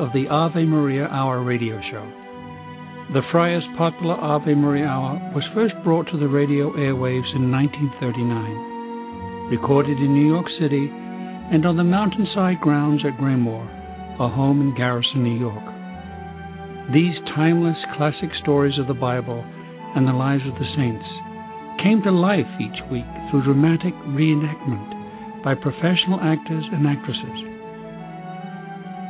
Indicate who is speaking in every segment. Speaker 1: of the Ave Maria Hour radio show. The Friars' popular Ave Maria Hour was first brought to the radio airwaves in 1939, recorded in New York City and on the mountainside grounds at Graymore, a home in Garrison, New York. These timeless classic stories of the Bible and the lives of the saints came to life each week through dramatic reenactment by professional actors and actresses.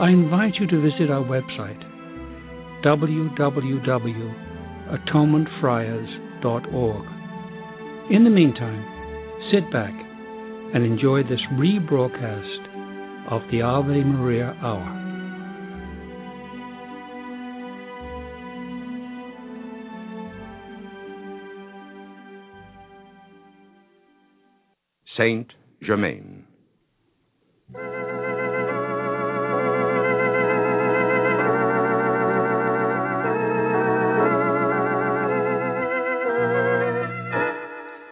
Speaker 1: I invite you to visit our website www.atonementfriars.org. In the meantime, sit back and enjoy this rebroadcast of the Ave Maria Hour.
Speaker 2: Saint Germain.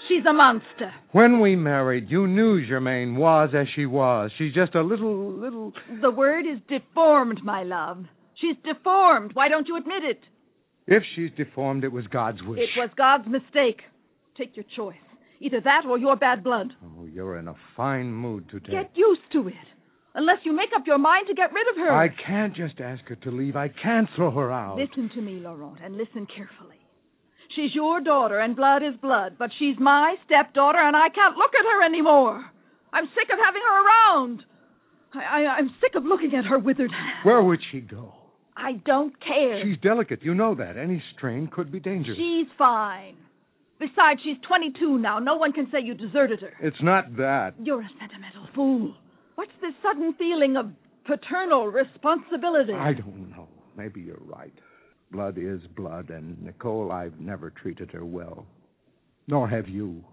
Speaker 3: She's a monster.
Speaker 4: When we married, you knew Germaine was as she was. She's just a little, little.
Speaker 3: The word is deformed, my love. She's deformed. Why don't you admit it?
Speaker 4: If she's deformed, it was God's wish.
Speaker 3: It was God's mistake. Take your choice. Either that or your bad blood.
Speaker 4: Oh, you're in a fine mood today.
Speaker 3: Get used to it. Unless you make up your mind to get rid of her.
Speaker 4: I can't just ask her to leave. I can't throw her out.
Speaker 3: Listen to me, Laurent, and listen carefully. She's your daughter, and blood is blood, but she's my stepdaughter, and I can't look at her anymore. I'm sick of having her around. I, I, I'm sick of looking at her withered hand.
Speaker 4: Where would she go?
Speaker 3: I don't care.
Speaker 4: She's delicate. You know that. Any strain could be dangerous.
Speaker 3: She's fine. Besides, she's 22 now. No one can say you deserted her.
Speaker 4: It's not that.
Speaker 3: You're a sentimental fool. What's this sudden feeling of paternal responsibility?
Speaker 4: I don't know. Maybe you're right. Blood is blood, and Nicole, I've never treated her well. Nor have you.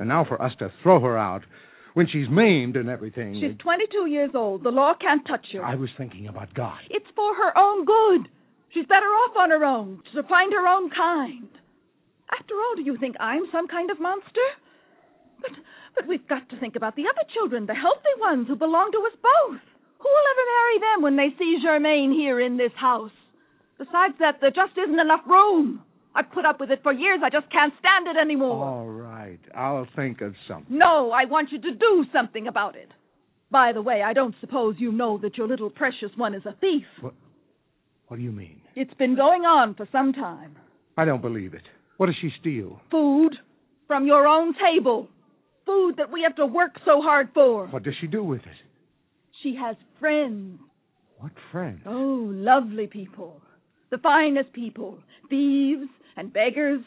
Speaker 4: And now for us to throw her out when she's maimed and everything.
Speaker 3: She's 22 years old. The law can't touch her.
Speaker 4: I was thinking about God.
Speaker 3: It's for her own good. She's better off on her own, to find her own kind. After all, do you think I'm some kind of monster? But, but we've got to think about the other children, the healthy ones who belong to us both. Who will ever marry them when they see Germaine here in this house? Besides that, there just isn't enough room. I've put up with it for years. I just can't stand it anymore.
Speaker 4: All right. I'll think of something.
Speaker 3: No, I want you to do something about it. By the way, I don't suppose you know that your little precious one is a thief.
Speaker 4: What do you mean?
Speaker 3: It's been going on for some time.
Speaker 4: I don't believe it. What does she steal?
Speaker 3: Food from your own table. Food that we have to work so hard for.
Speaker 4: What does she do with it?
Speaker 3: She has friends.
Speaker 4: What friend?
Speaker 3: Oh, lovely people. The finest people. Thieves and beggars.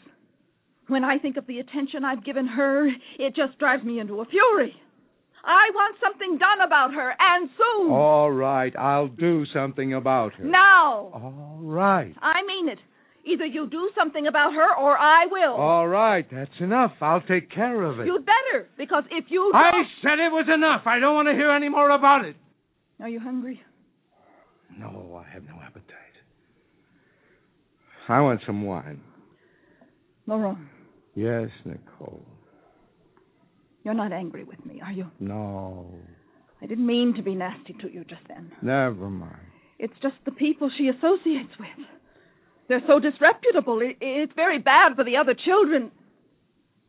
Speaker 3: When I think of the attention I've given her, it just drives me into a fury. I want something done about her, and soon.
Speaker 4: All right. I'll do something about her.
Speaker 3: Now.
Speaker 4: All right.
Speaker 3: I mean it. Either you do something about her, or I will.
Speaker 4: All right. That's enough. I'll take care of it.
Speaker 3: You'd better, because if you.
Speaker 4: I said it was enough. I don't want to hear any more about it.
Speaker 3: Are you hungry?
Speaker 4: No, I have no appetite. I want some wine.
Speaker 3: Laurent,
Speaker 4: Yes, Nicole.
Speaker 3: you're not angry with me, are you?
Speaker 4: No.
Speaker 3: I didn't mean to be nasty to you just then.
Speaker 4: Never mind.
Speaker 3: It's just the people she associates with. They're so disreputable. It, it's very bad for the other children.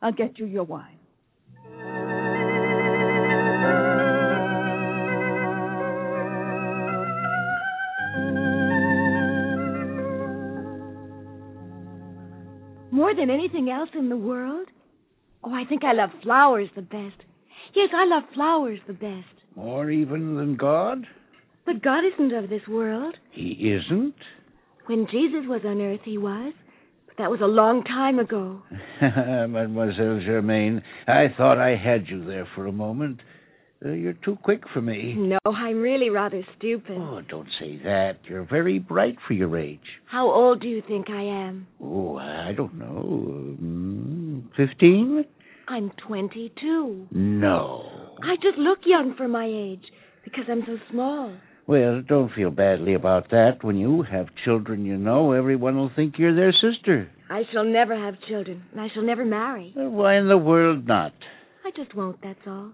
Speaker 3: I'll get you your wine.
Speaker 2: more than anything else in the world? Oh, I think I love flowers the best. Yes, I love flowers the best.
Speaker 4: More even than God?
Speaker 2: But God isn't of this world.
Speaker 4: He isn't?
Speaker 2: When Jesus was on earth, he was. But that was a long time ago.
Speaker 4: Mademoiselle Germain, I thought I had you there for a moment. Uh, you're too quick for me.
Speaker 2: No, I'm really rather stupid.
Speaker 4: Oh, don't say that. You're very bright for your age.
Speaker 2: How old do you think I am?
Speaker 4: Oh, I don't know. Fifteen?
Speaker 2: I'm 22.
Speaker 4: No.
Speaker 2: I just look young for my age because I'm so small.
Speaker 4: Well, don't feel badly about that. When you have children, you know, everyone will think you're their sister.
Speaker 2: I shall never have children, and I shall never marry.
Speaker 4: Well, why in the world not?
Speaker 2: I just won't, that's all.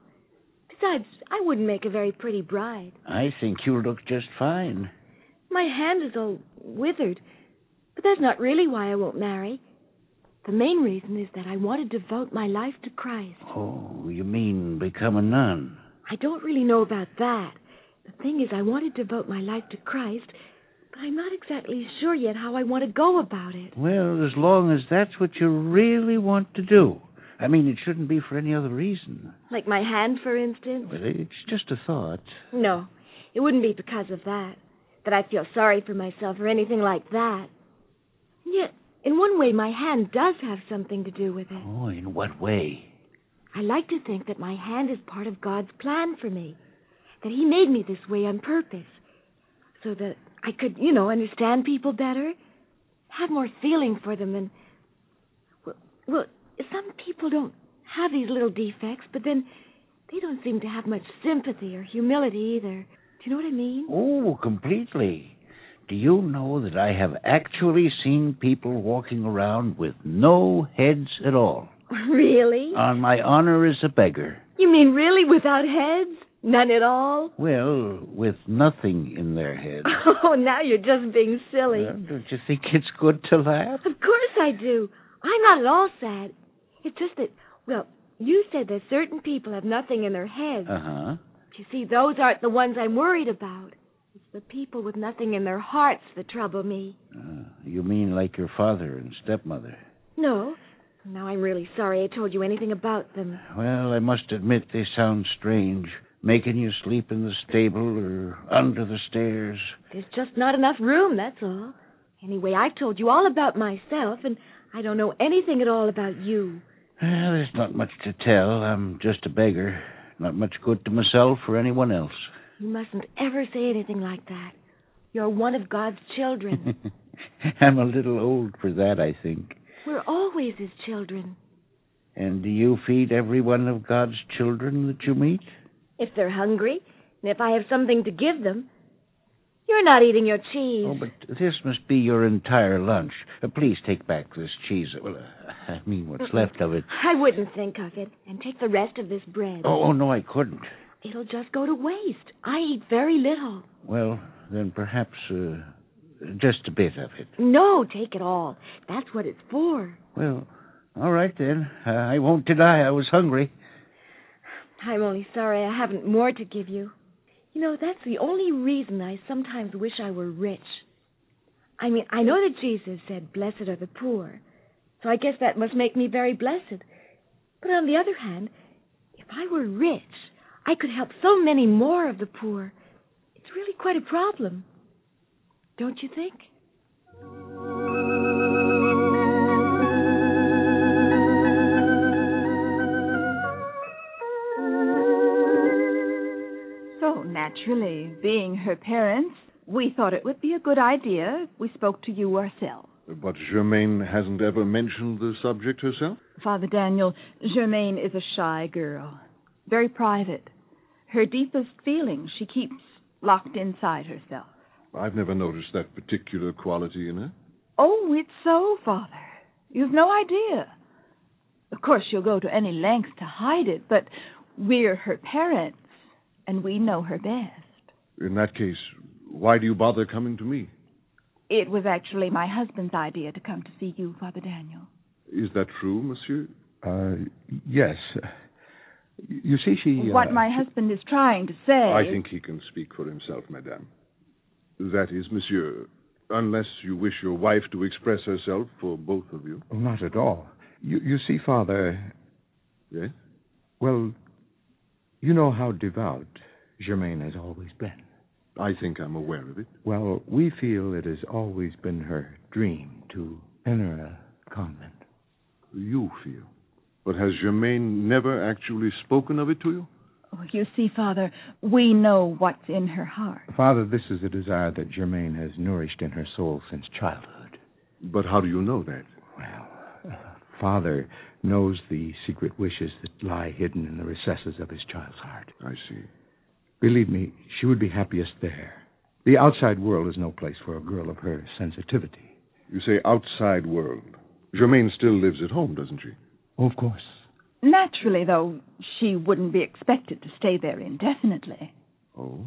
Speaker 2: Besides, I wouldn't make a very pretty bride.
Speaker 4: I think you look just fine.
Speaker 2: My hand is all withered, but that's not really why I won't marry. The main reason is that I want to devote my life to Christ.
Speaker 4: Oh, you mean become a nun?
Speaker 2: I don't really know about that. The thing is, I want to devote my life to Christ, but I'm not exactly sure yet how I want to go about it.
Speaker 4: Well, as long as that's what you really want to do. I mean, it shouldn't be for any other reason.
Speaker 2: Like my hand, for instance?
Speaker 4: Well, it's just a thought.
Speaker 2: No, it wouldn't be because of that, that I feel sorry for myself or anything like that. And yet, in one way, my hand does have something to do with it.
Speaker 4: Oh, in what way?
Speaker 2: I like to think that my hand is part of God's plan for me, that He made me this way on purpose, so that I could, you know, understand people better, have more feeling for them, and. Well, well some people don't have these little defects, but then they don't seem to have much sympathy or humility either. Do you know what I mean?
Speaker 4: Oh, completely. Do you know that I have actually seen people walking around with no heads at all?
Speaker 2: Really?
Speaker 4: On my honor as a beggar.
Speaker 2: You mean really without heads? None at all?
Speaker 4: Well, with nothing in their heads.
Speaker 2: Oh, now you're just being silly.
Speaker 4: Well, don't you think it's good to laugh?
Speaker 2: Of course I do. I'm not at all sad. It's just that, well, you said that certain people have nothing in their heads.
Speaker 4: Uh huh.
Speaker 2: You see, those aren't the ones I'm worried about. It's the people with nothing in their hearts that trouble me.
Speaker 4: Uh, you mean like your father and stepmother?
Speaker 2: No. Now I'm really sorry I told you anything about them.
Speaker 4: Well, I must admit they sound strange. Making you sleep in the stable or under the stairs.
Speaker 2: There's just not enough room, that's all. Anyway, I've told you all about myself, and I don't know anything at all about you.
Speaker 4: Well, there's not much to tell. I'm just a beggar. Not much good to myself or anyone else.
Speaker 2: You mustn't ever say anything like that. You're one of God's children.
Speaker 4: I'm a little old for that, I think.
Speaker 2: We're always His children.
Speaker 4: And do you feed every one of God's children that you meet?
Speaker 2: If they're hungry, and if I have something to give them. You're not eating your cheese.
Speaker 4: Oh, but this must be your entire lunch. Uh, please take back this cheese. Well, uh, I mean, what's left of it.
Speaker 2: I wouldn't think of it. And take the rest of this bread.
Speaker 4: Oh, oh, no, I couldn't.
Speaker 2: It'll just go to waste. I eat very little.
Speaker 4: Well, then perhaps uh, just a bit of it.
Speaker 2: No, take it all. That's what it's for.
Speaker 4: Well, all right then. Uh, I won't deny I was hungry.
Speaker 2: I'm only sorry I haven't more to give you. You know, that's the only reason I sometimes wish I were rich. I mean, I know that Jesus said, Blessed are the poor, so I guess that must make me very blessed. But on the other hand, if I were rich, I could help so many more of the poor. It's really quite a problem. Don't you think?
Speaker 3: So, naturally, being her parents, we thought it would be a good idea if we spoke to you ourselves.
Speaker 1: But Germaine hasn't ever mentioned the subject herself?
Speaker 3: Father Daniel, Germaine is a shy girl, very private. Her deepest feelings she keeps locked inside herself.
Speaker 1: I've never noticed that particular quality in her.
Speaker 3: Oh, it's so, Father. You've no idea. Of course, she'll go to any length to hide it, but we're her parents and we know her best.
Speaker 1: In that case, why do you bother coming to me?
Speaker 3: It was actually my husband's idea to come to see you, Father Daniel.
Speaker 1: Is that true, monsieur?
Speaker 5: Uh, yes. You see, she.
Speaker 3: what
Speaker 5: uh,
Speaker 3: my
Speaker 5: she-
Speaker 3: husband is trying to say.
Speaker 1: I think he can speak for himself, madame. That is, monsieur, Unless you wish your wife to express herself for both of you.
Speaker 4: Oh, Not at all. You, you see, Father,
Speaker 1: Yes?
Speaker 4: well, you know how devout Germaine has always been.
Speaker 1: I think I'm aware of it.
Speaker 4: Well, we feel it has always been her dream to enter a convent.
Speaker 1: You feel. But has Germaine never actually spoken of it to you?
Speaker 3: Oh, you see, Father, we know what's in her heart.
Speaker 4: Father, this is a desire that Germaine has nourished in her soul since childhood.
Speaker 1: But how do you know that?
Speaker 4: Well, uh, Father knows the secret wishes that lie hidden in the recesses of his child's heart.
Speaker 1: I see.
Speaker 4: Believe me, she would be happiest there. The outside world is no place for a girl of her sensitivity.
Speaker 1: You say outside world. Germaine still lives at home, doesn't she?
Speaker 4: Oh, of course.
Speaker 3: Naturally, though, she wouldn't be expected to stay there indefinitely.
Speaker 1: Oh?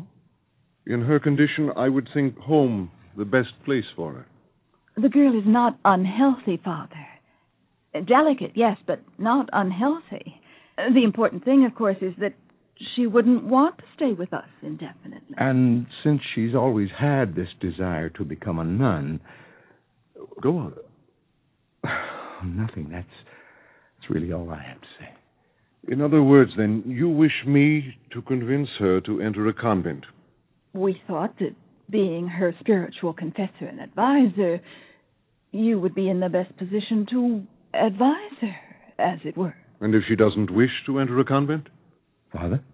Speaker 1: In her condition, I would think home the best place for her.
Speaker 3: The girl is not unhealthy, Father. Delicate, yes, but not unhealthy. The important thing, of course, is that she wouldn't want to stay with us indefinitely.
Speaker 4: And since she's always had this desire to become a nun,
Speaker 1: Go on.
Speaker 4: nothing. That's, that's really all I have to say.
Speaker 1: In other words, then, you wish me to convince her to enter a convent.
Speaker 3: We thought that being her spiritual confessor and advisor, you would be in the best position to advise her, as it were.
Speaker 1: And if she doesn't wish to enter a convent?
Speaker 4: Father?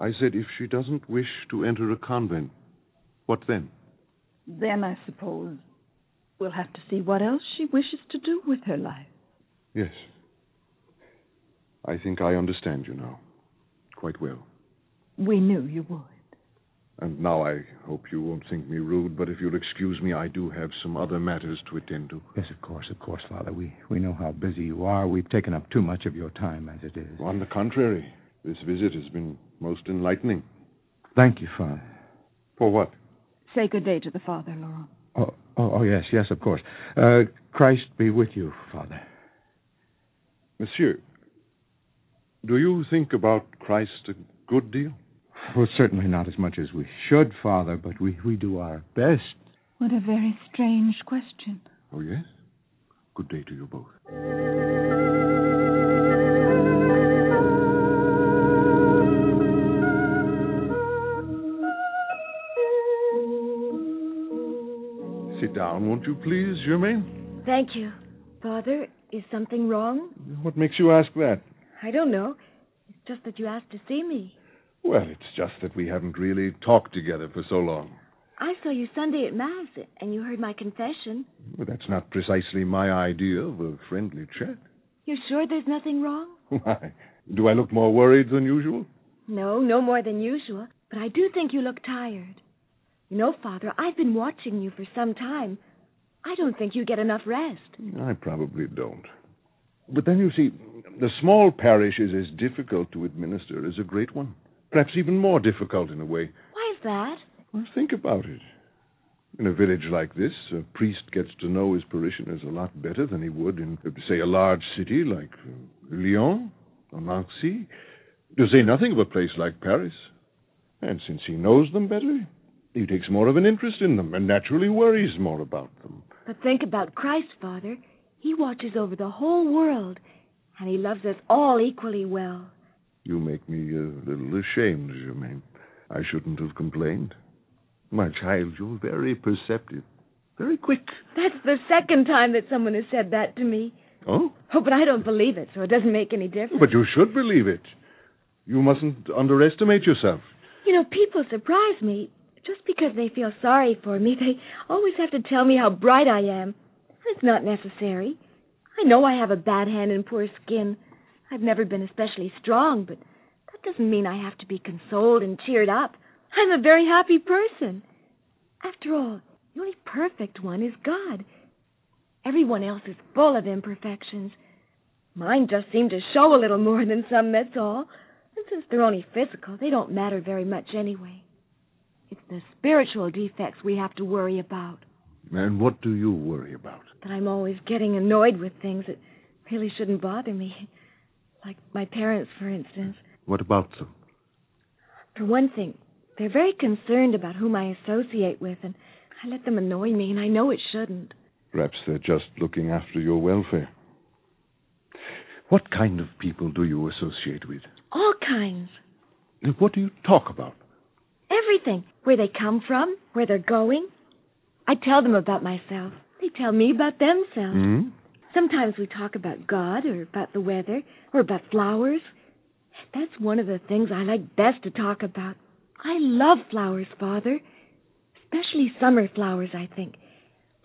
Speaker 1: I said, if she doesn't wish to enter a convent, what then?
Speaker 3: Then I suppose we'll have to see what else she wishes to do with her life.
Speaker 1: Yes. I think I understand you now. Quite well.
Speaker 3: We knew you would.
Speaker 1: And now I hope you won't think me rude, but if you'll excuse me, I do have some other matters to attend to.
Speaker 4: Yes, of course, of course, Father. We, we know how busy you are. We've taken up too much of your time as it is.
Speaker 1: On the contrary, this visit has been most enlightening.
Speaker 4: Thank you, Father.
Speaker 1: For what?
Speaker 3: Say good day to the father, Laurent.
Speaker 4: Oh, oh, oh yes, yes, of course. Uh, Christ be with you, Father.
Speaker 1: Monsieur, do you think about Christ a good deal?
Speaker 4: Well, certainly not as much as we should, Father, but we, we do our best.
Speaker 3: What a very strange question.
Speaker 1: Oh, yes? Good day to you both. Sit down, won't you please, Germaine?
Speaker 2: Thank you. Father, is something wrong?
Speaker 1: What makes you ask that?
Speaker 2: I don't know. It's just that you asked to see me.
Speaker 1: Well, it's just that we haven't really talked together for so long.
Speaker 2: I saw you Sunday at Mass, and you heard my confession.
Speaker 1: Well, that's not precisely my idea of a friendly chat.
Speaker 2: You're sure there's nothing wrong?
Speaker 1: Why? Do I look more worried than usual?
Speaker 2: No, no more than usual. But I do think you look tired. You know, Father, I've been watching you for some time. I don't think you get enough rest.
Speaker 1: I probably don't. But then you see, the small parish is as difficult to administer as a great one. Perhaps even more difficult in a way.
Speaker 2: Why is that?
Speaker 1: Well, think about it. In a village like this, a priest gets to know his parishioners a lot better than he would in, uh, say, a large city like uh, Lyon or Nancy, to say nothing of a place like Paris. And since he knows them better, he takes more of an interest in them and naturally worries more about them.
Speaker 2: But think about Christ, Father. He watches over the whole world, and he loves us all equally well.
Speaker 1: You make me uh, a little ashamed, Germaine. I shouldn't have complained. My child, you're very perceptive, very quick.
Speaker 2: That's the second time that someone has said that to me.
Speaker 1: Oh,
Speaker 2: Oh, but I don't believe it, so it doesn't make any difference.
Speaker 1: but you should believe it. You mustn't underestimate yourself.
Speaker 2: You know, people surprise me. Just because they feel sorry for me, they always have to tell me how bright I am. It's not necessary. I know I have a bad hand and poor skin. I've never been especially strong, but that doesn't mean I have to be consoled and cheered up. I'm a very happy person. After all, the only perfect one is God. Everyone else is full of imperfections. Mine just seem to show a little more than some, that's all. And since they're only physical, they don't matter very much anyway. It's the spiritual defects we have to worry about.
Speaker 1: And what do you worry about?
Speaker 2: That I'm always getting annoyed with things that really shouldn't bother me. Like my parents, for instance.
Speaker 1: What about them?
Speaker 2: For one thing, they're very concerned about whom I associate with, and I let them annoy me, and I know it shouldn't.
Speaker 6: Perhaps they're just looking after your welfare. What kind of people do you associate with?
Speaker 2: All kinds.
Speaker 6: And what do you talk about?
Speaker 2: Everything. Where they come from, where they're going. I tell them about myself. They tell me about themselves.
Speaker 6: Hmm?
Speaker 2: Sometimes we talk about God or about the weather or about flowers. That's one of the things I like best to talk about. I love flowers, Father. Especially summer flowers, I think.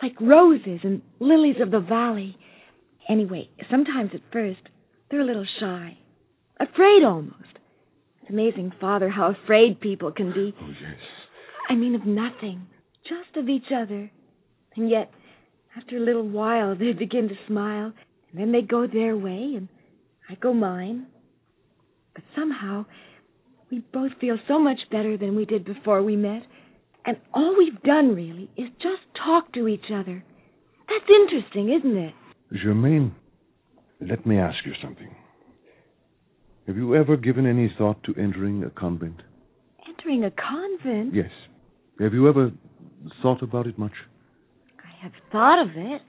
Speaker 2: Like roses and lilies of the valley. Anyway, sometimes at first, they're a little shy. Afraid almost. It's amazing, Father, how afraid people can be.
Speaker 6: Oh, yes.
Speaker 2: I mean of nothing, just of each other. And yet, after a little while, they begin to smile, and then they go their way, and I go mine. But somehow, we both feel so much better than we did before we met, and all we've done really is just talk to each other. That's interesting, isn't it?
Speaker 6: Germaine, let me ask you something. Have you ever given any thought to entering a convent?
Speaker 2: Entering a convent,
Speaker 6: Yes. Have you ever thought about it much?
Speaker 2: I have thought of it.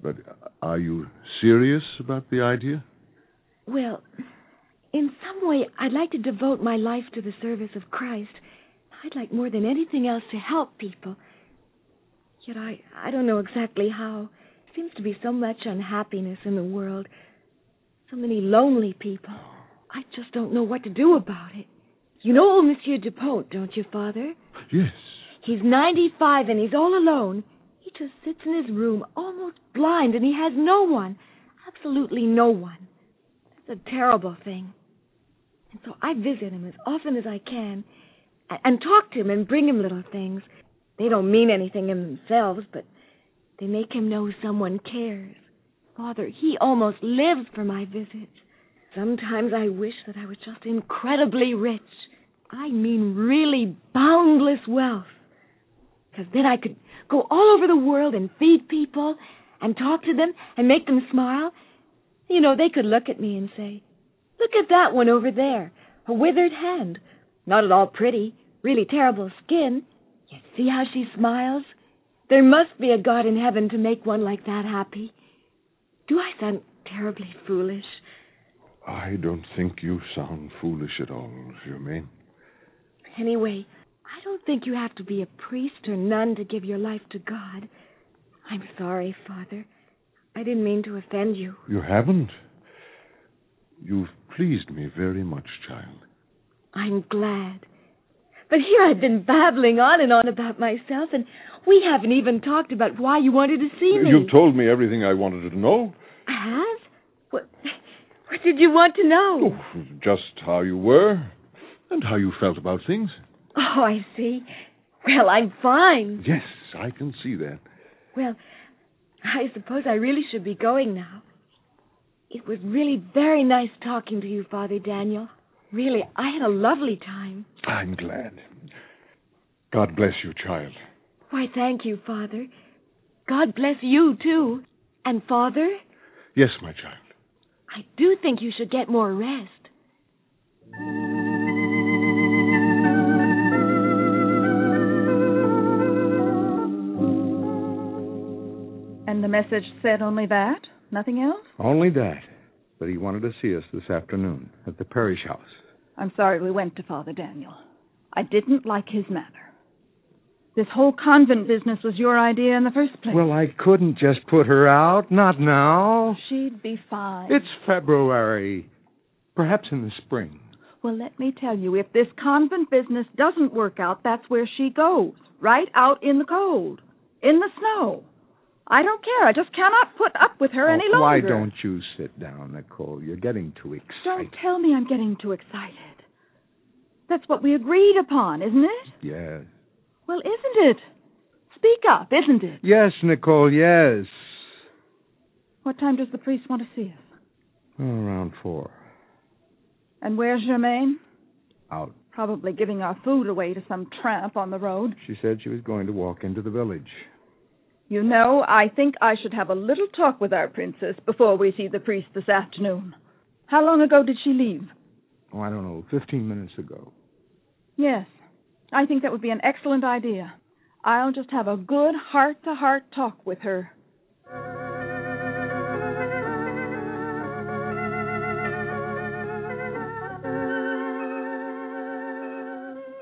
Speaker 6: But are you serious about the idea?
Speaker 2: Well, in some way, I'd like to devote my life to the service of Christ. I'd like more than anything else to help people. Yet I, I don't know exactly how. There seems to be so much unhappiness in the world, so many lonely people. I just don't know what to do about it. You know old Monsieur Dupont, don't you, Father?
Speaker 6: Yes.
Speaker 2: He's 95 and he's all alone. He just sits in his room, almost blind, and he has no one. Absolutely no one. That's a terrible thing. And so I visit him as often as I can a- and talk to him and bring him little things. They don't mean anything in themselves, but they make him know someone cares. Father, he almost lives for my visits. Sometimes I wish that I was just incredibly rich. I mean, really boundless wealth. Because then I could go all over the world and feed people and talk to them and make them smile. You know, they could look at me and say, Look at that one over there, a withered hand. Not at all pretty, really terrible skin. Yet see how she smiles? There must be a God in heaven to make one like that happy. Do I sound terribly foolish?
Speaker 6: I don't think you sound foolish at all, Germaine.
Speaker 2: Anyway, I don't think you have to be a priest or nun to give your life to God. I'm sorry, Father. I didn't mean to offend you.
Speaker 6: You haven't. You've pleased me very much, child.
Speaker 2: I'm glad. But here I've been babbling on and on about myself, and we haven't even talked about why you wanted to see me.
Speaker 6: You've told me everything I wanted to know.
Speaker 2: I have? What, what did you want to know?
Speaker 6: Oh, just how you were and how you felt about things.
Speaker 2: Oh, I see. Well, I'm fine.
Speaker 6: Yes, I can see that.
Speaker 2: Well, I suppose I really should be going now. It was really very nice talking to you, Father Daniel. Really, I had a lovely time.
Speaker 6: I'm glad. God bless you, child.
Speaker 2: Why, thank you, Father. God bless you, too. And, Father,
Speaker 6: Yes, my child.
Speaker 2: I do think you should get more rest.
Speaker 3: And the message said only that? Nothing else?
Speaker 4: Only that. But he wanted to see us this afternoon at the parish house.
Speaker 3: I'm sorry we went to Father Daniel. I didn't like his manner. This whole convent business was your idea in the first place.
Speaker 4: Well, I couldn't just put her out. Not now.
Speaker 3: she'd be fine.
Speaker 4: It's February. Perhaps in the spring.
Speaker 3: Well, let me tell you, if this convent business doesn't work out, that's where she goes. Right out in the cold, in the snow. I don't care. I just cannot put up with her
Speaker 4: Oh,
Speaker 3: any longer.
Speaker 4: Why don't you sit down, Nicole? You're getting too excited.
Speaker 3: Don't tell me I'm getting too excited. That's what we agreed upon, isn't it?
Speaker 4: Yes.
Speaker 3: Well, isn't it? Speak up, isn't it?
Speaker 4: Yes, Nicole, yes.
Speaker 3: What time does the priest want to see us?
Speaker 4: Oh, around four.
Speaker 3: And where's Germaine?
Speaker 4: Out.
Speaker 3: Probably giving our food away to some tramp on the road.
Speaker 4: She said she was going to walk into the village.
Speaker 3: You know, I think I should have a little talk with our princess before we see the priest this afternoon. How long ago did she leave?
Speaker 4: Oh, I don't know, 15 minutes ago.
Speaker 3: Yes, I think that would be an excellent idea. I'll just have a good heart to heart talk with her.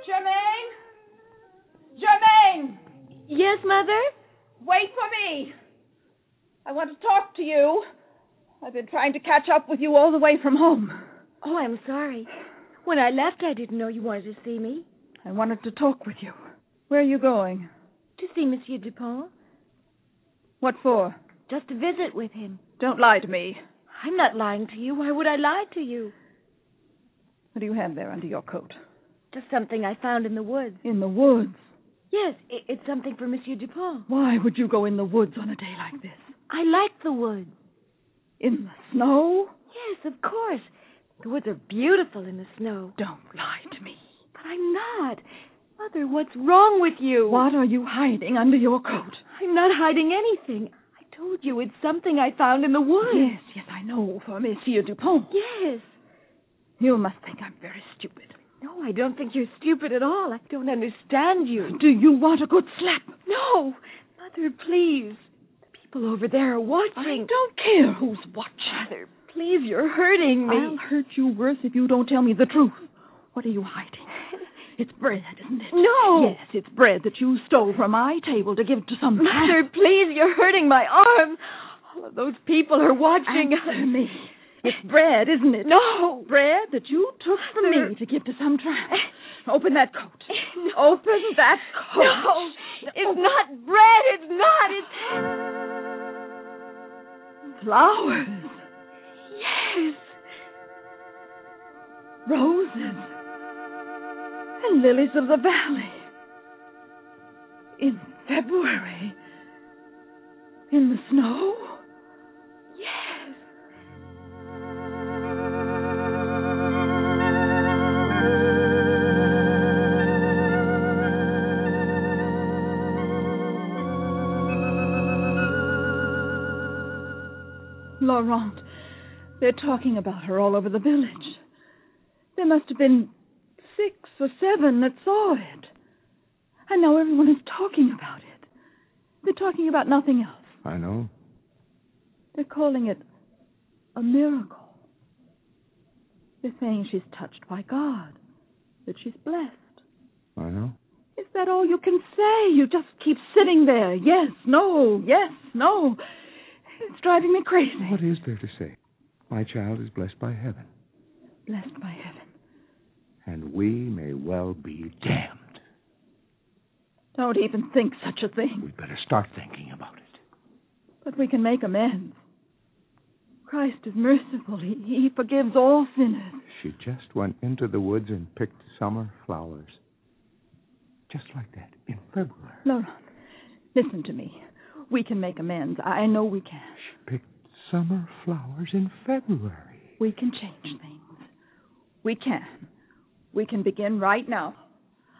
Speaker 3: Germaine? Germaine!
Speaker 2: Yes, Mother?
Speaker 3: Wait for me! I want to talk to you. I've been trying to catch up with you all the way from home.
Speaker 2: Oh, I'm sorry. When I left, I didn't know you wanted to see me.
Speaker 3: I wanted to talk with you. Where are you going?
Speaker 2: To see Monsieur Dupont.
Speaker 3: What for?
Speaker 2: Just to visit with him.
Speaker 3: Don't lie to me.
Speaker 2: I'm not lying to you. Why would I lie to you?
Speaker 3: What do you have there under your coat?
Speaker 2: Just something I found in the woods.
Speaker 3: In the woods.
Speaker 2: Yes, it, it's something for Monsieur Dupont.
Speaker 3: Why would you go in the woods on a day like this?
Speaker 2: I like the woods.
Speaker 3: In the snow?
Speaker 2: Yes, of course. The woods are beautiful in the snow.
Speaker 3: Don't lie to me.
Speaker 2: But I'm not. Mother, what's wrong with you?
Speaker 3: What are you hiding under your coat?
Speaker 2: I'm not hiding anything. I told you it's something I found in the woods.
Speaker 3: Yes, yes, I know, for Monsieur Dupont.
Speaker 2: Yes.
Speaker 3: You must think I'm very stupid.
Speaker 2: No, I don't think you're stupid at all. I don't understand you.
Speaker 3: Do you want a good slap?
Speaker 2: No. Mother, please. The people over there are
Speaker 3: I
Speaker 2: watching.
Speaker 3: don't care who's watching.
Speaker 2: Mother, please, you're hurting me.
Speaker 3: I'll hurt you worse if you don't tell me the truth. What are you hiding? It's bread, isn't it?
Speaker 2: No.
Speaker 3: Yes, it's bread that you stole from my table to give to some
Speaker 2: Mother, please, you're hurting my arm. All of those people are watching.
Speaker 3: Answer me. It's bread, isn't it?
Speaker 2: No.
Speaker 3: Bread that you took from
Speaker 2: Mother.
Speaker 3: me to give to some tramp. Open that coat.
Speaker 2: No.
Speaker 3: Open that coat.
Speaker 2: No. It's not bread. It's not. It's.
Speaker 3: Flowers.
Speaker 2: Yes.
Speaker 3: Roses. And lilies of the valley. In February. In the snow.
Speaker 2: Yes.
Speaker 3: Laurent. They're talking about her all over the village. There must have been six or seven that saw it. And now everyone is talking about it. They're talking about nothing else.
Speaker 1: I know.
Speaker 3: They're calling it a miracle. They're saying she's touched by God, that she's blessed.
Speaker 1: I know.
Speaker 3: Is that all you can say? You just keep sitting there. Yes, no, yes, no. It's driving me crazy.
Speaker 1: What is there to say? My child is blessed by heaven,
Speaker 3: Blessed by heaven.
Speaker 1: and we may well be damned.
Speaker 3: Don't even think such a thing.
Speaker 1: We'd better start thinking about it.
Speaker 3: But we can make amends. Christ is merciful. He, he forgives all sinners.
Speaker 1: She just went into the woods and picked summer flowers. Just like that, in February.
Speaker 3: Laurent, listen to me. We can make amends. I know we can.
Speaker 1: She picked summer flowers in February.
Speaker 3: We can change things. We can. We can begin right now.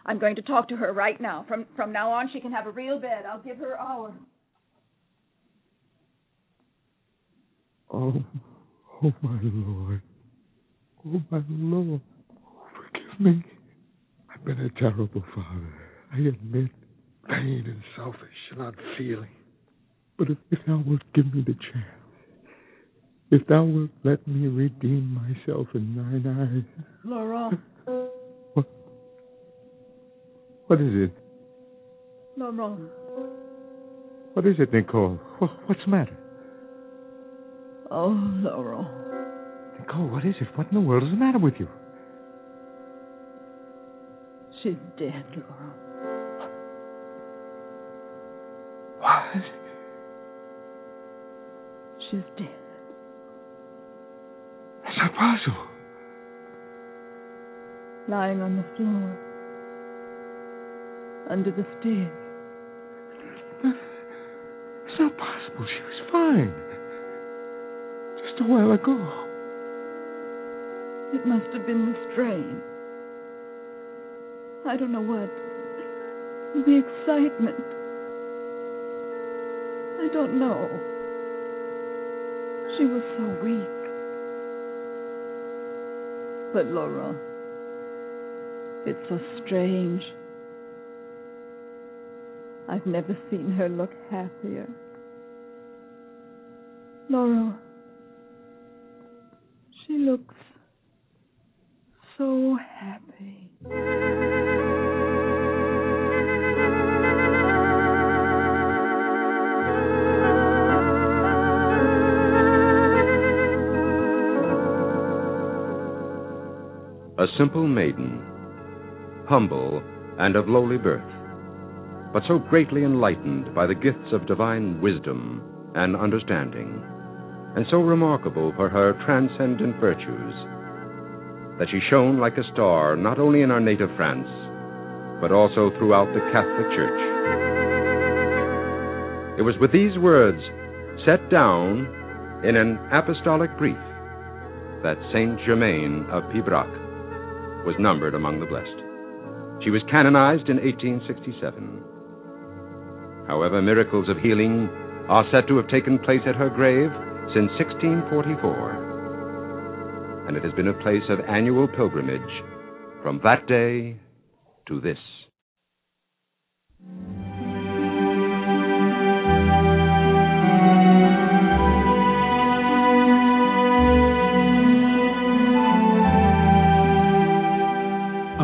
Speaker 3: I'm going to talk to her right now. From from now on, she can have a real bed. I'll give her ours.
Speaker 1: Oh, oh, my Lord. Oh, my Lord. Forgive me. I've been a terrible father. I admit vain and selfish and unfeeling. But if, if thou wilt give me the chance, if thou wilt let me redeem myself in thine eyes.
Speaker 3: Laurent,
Speaker 1: What, what is it?
Speaker 3: Laurent,
Speaker 1: What is it, Nicole? What, what's the matter?
Speaker 3: oh Laurent.
Speaker 1: Nicole, what is it? What in the world is the matter with you?
Speaker 3: She's dead, Laurent.
Speaker 1: What?
Speaker 3: She's dead.
Speaker 1: That's not possible.
Speaker 3: lying on the floor, under the stairs.
Speaker 1: It's not possible. She was fine. Just a while ago.
Speaker 3: It must have been the strain. I don't know what. The excitement. I don't know. She was so weak. But Laurent, it's so strange.
Speaker 7: I've never seen her look happier. Laurel, she looks so happy.
Speaker 8: A simple maiden, humble and of lowly birth, but so greatly enlightened by the gifts of divine wisdom and understanding, and so remarkable for her transcendent virtues, that she shone like a star not only in our native France, but also throughout the Catholic Church. It was with these words, set down in an apostolic brief, that Saint Germain of Pibrac was numbered among the blessed. She was canonized in 1867. However, miracles of healing are said to have taken place at her grave since 1644, and it has been a place of annual pilgrimage from that day to this.
Speaker 1: I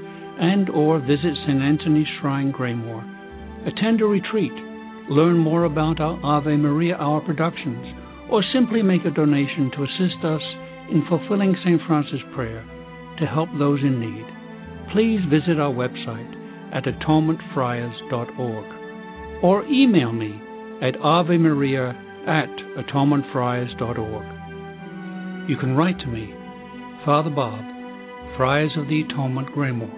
Speaker 1: and or visit St. Anthony's Shrine Graymore. Attend a retreat, learn more about our Ave Maria Hour productions, or simply make a donation to assist us in fulfilling St. Francis' prayer to help those in need. Please visit our website at atonementfriars.org or email me at Ave Maria at atonementfriars.org. You can write to me, Father Bob, Friars of the Atonement, Graymore,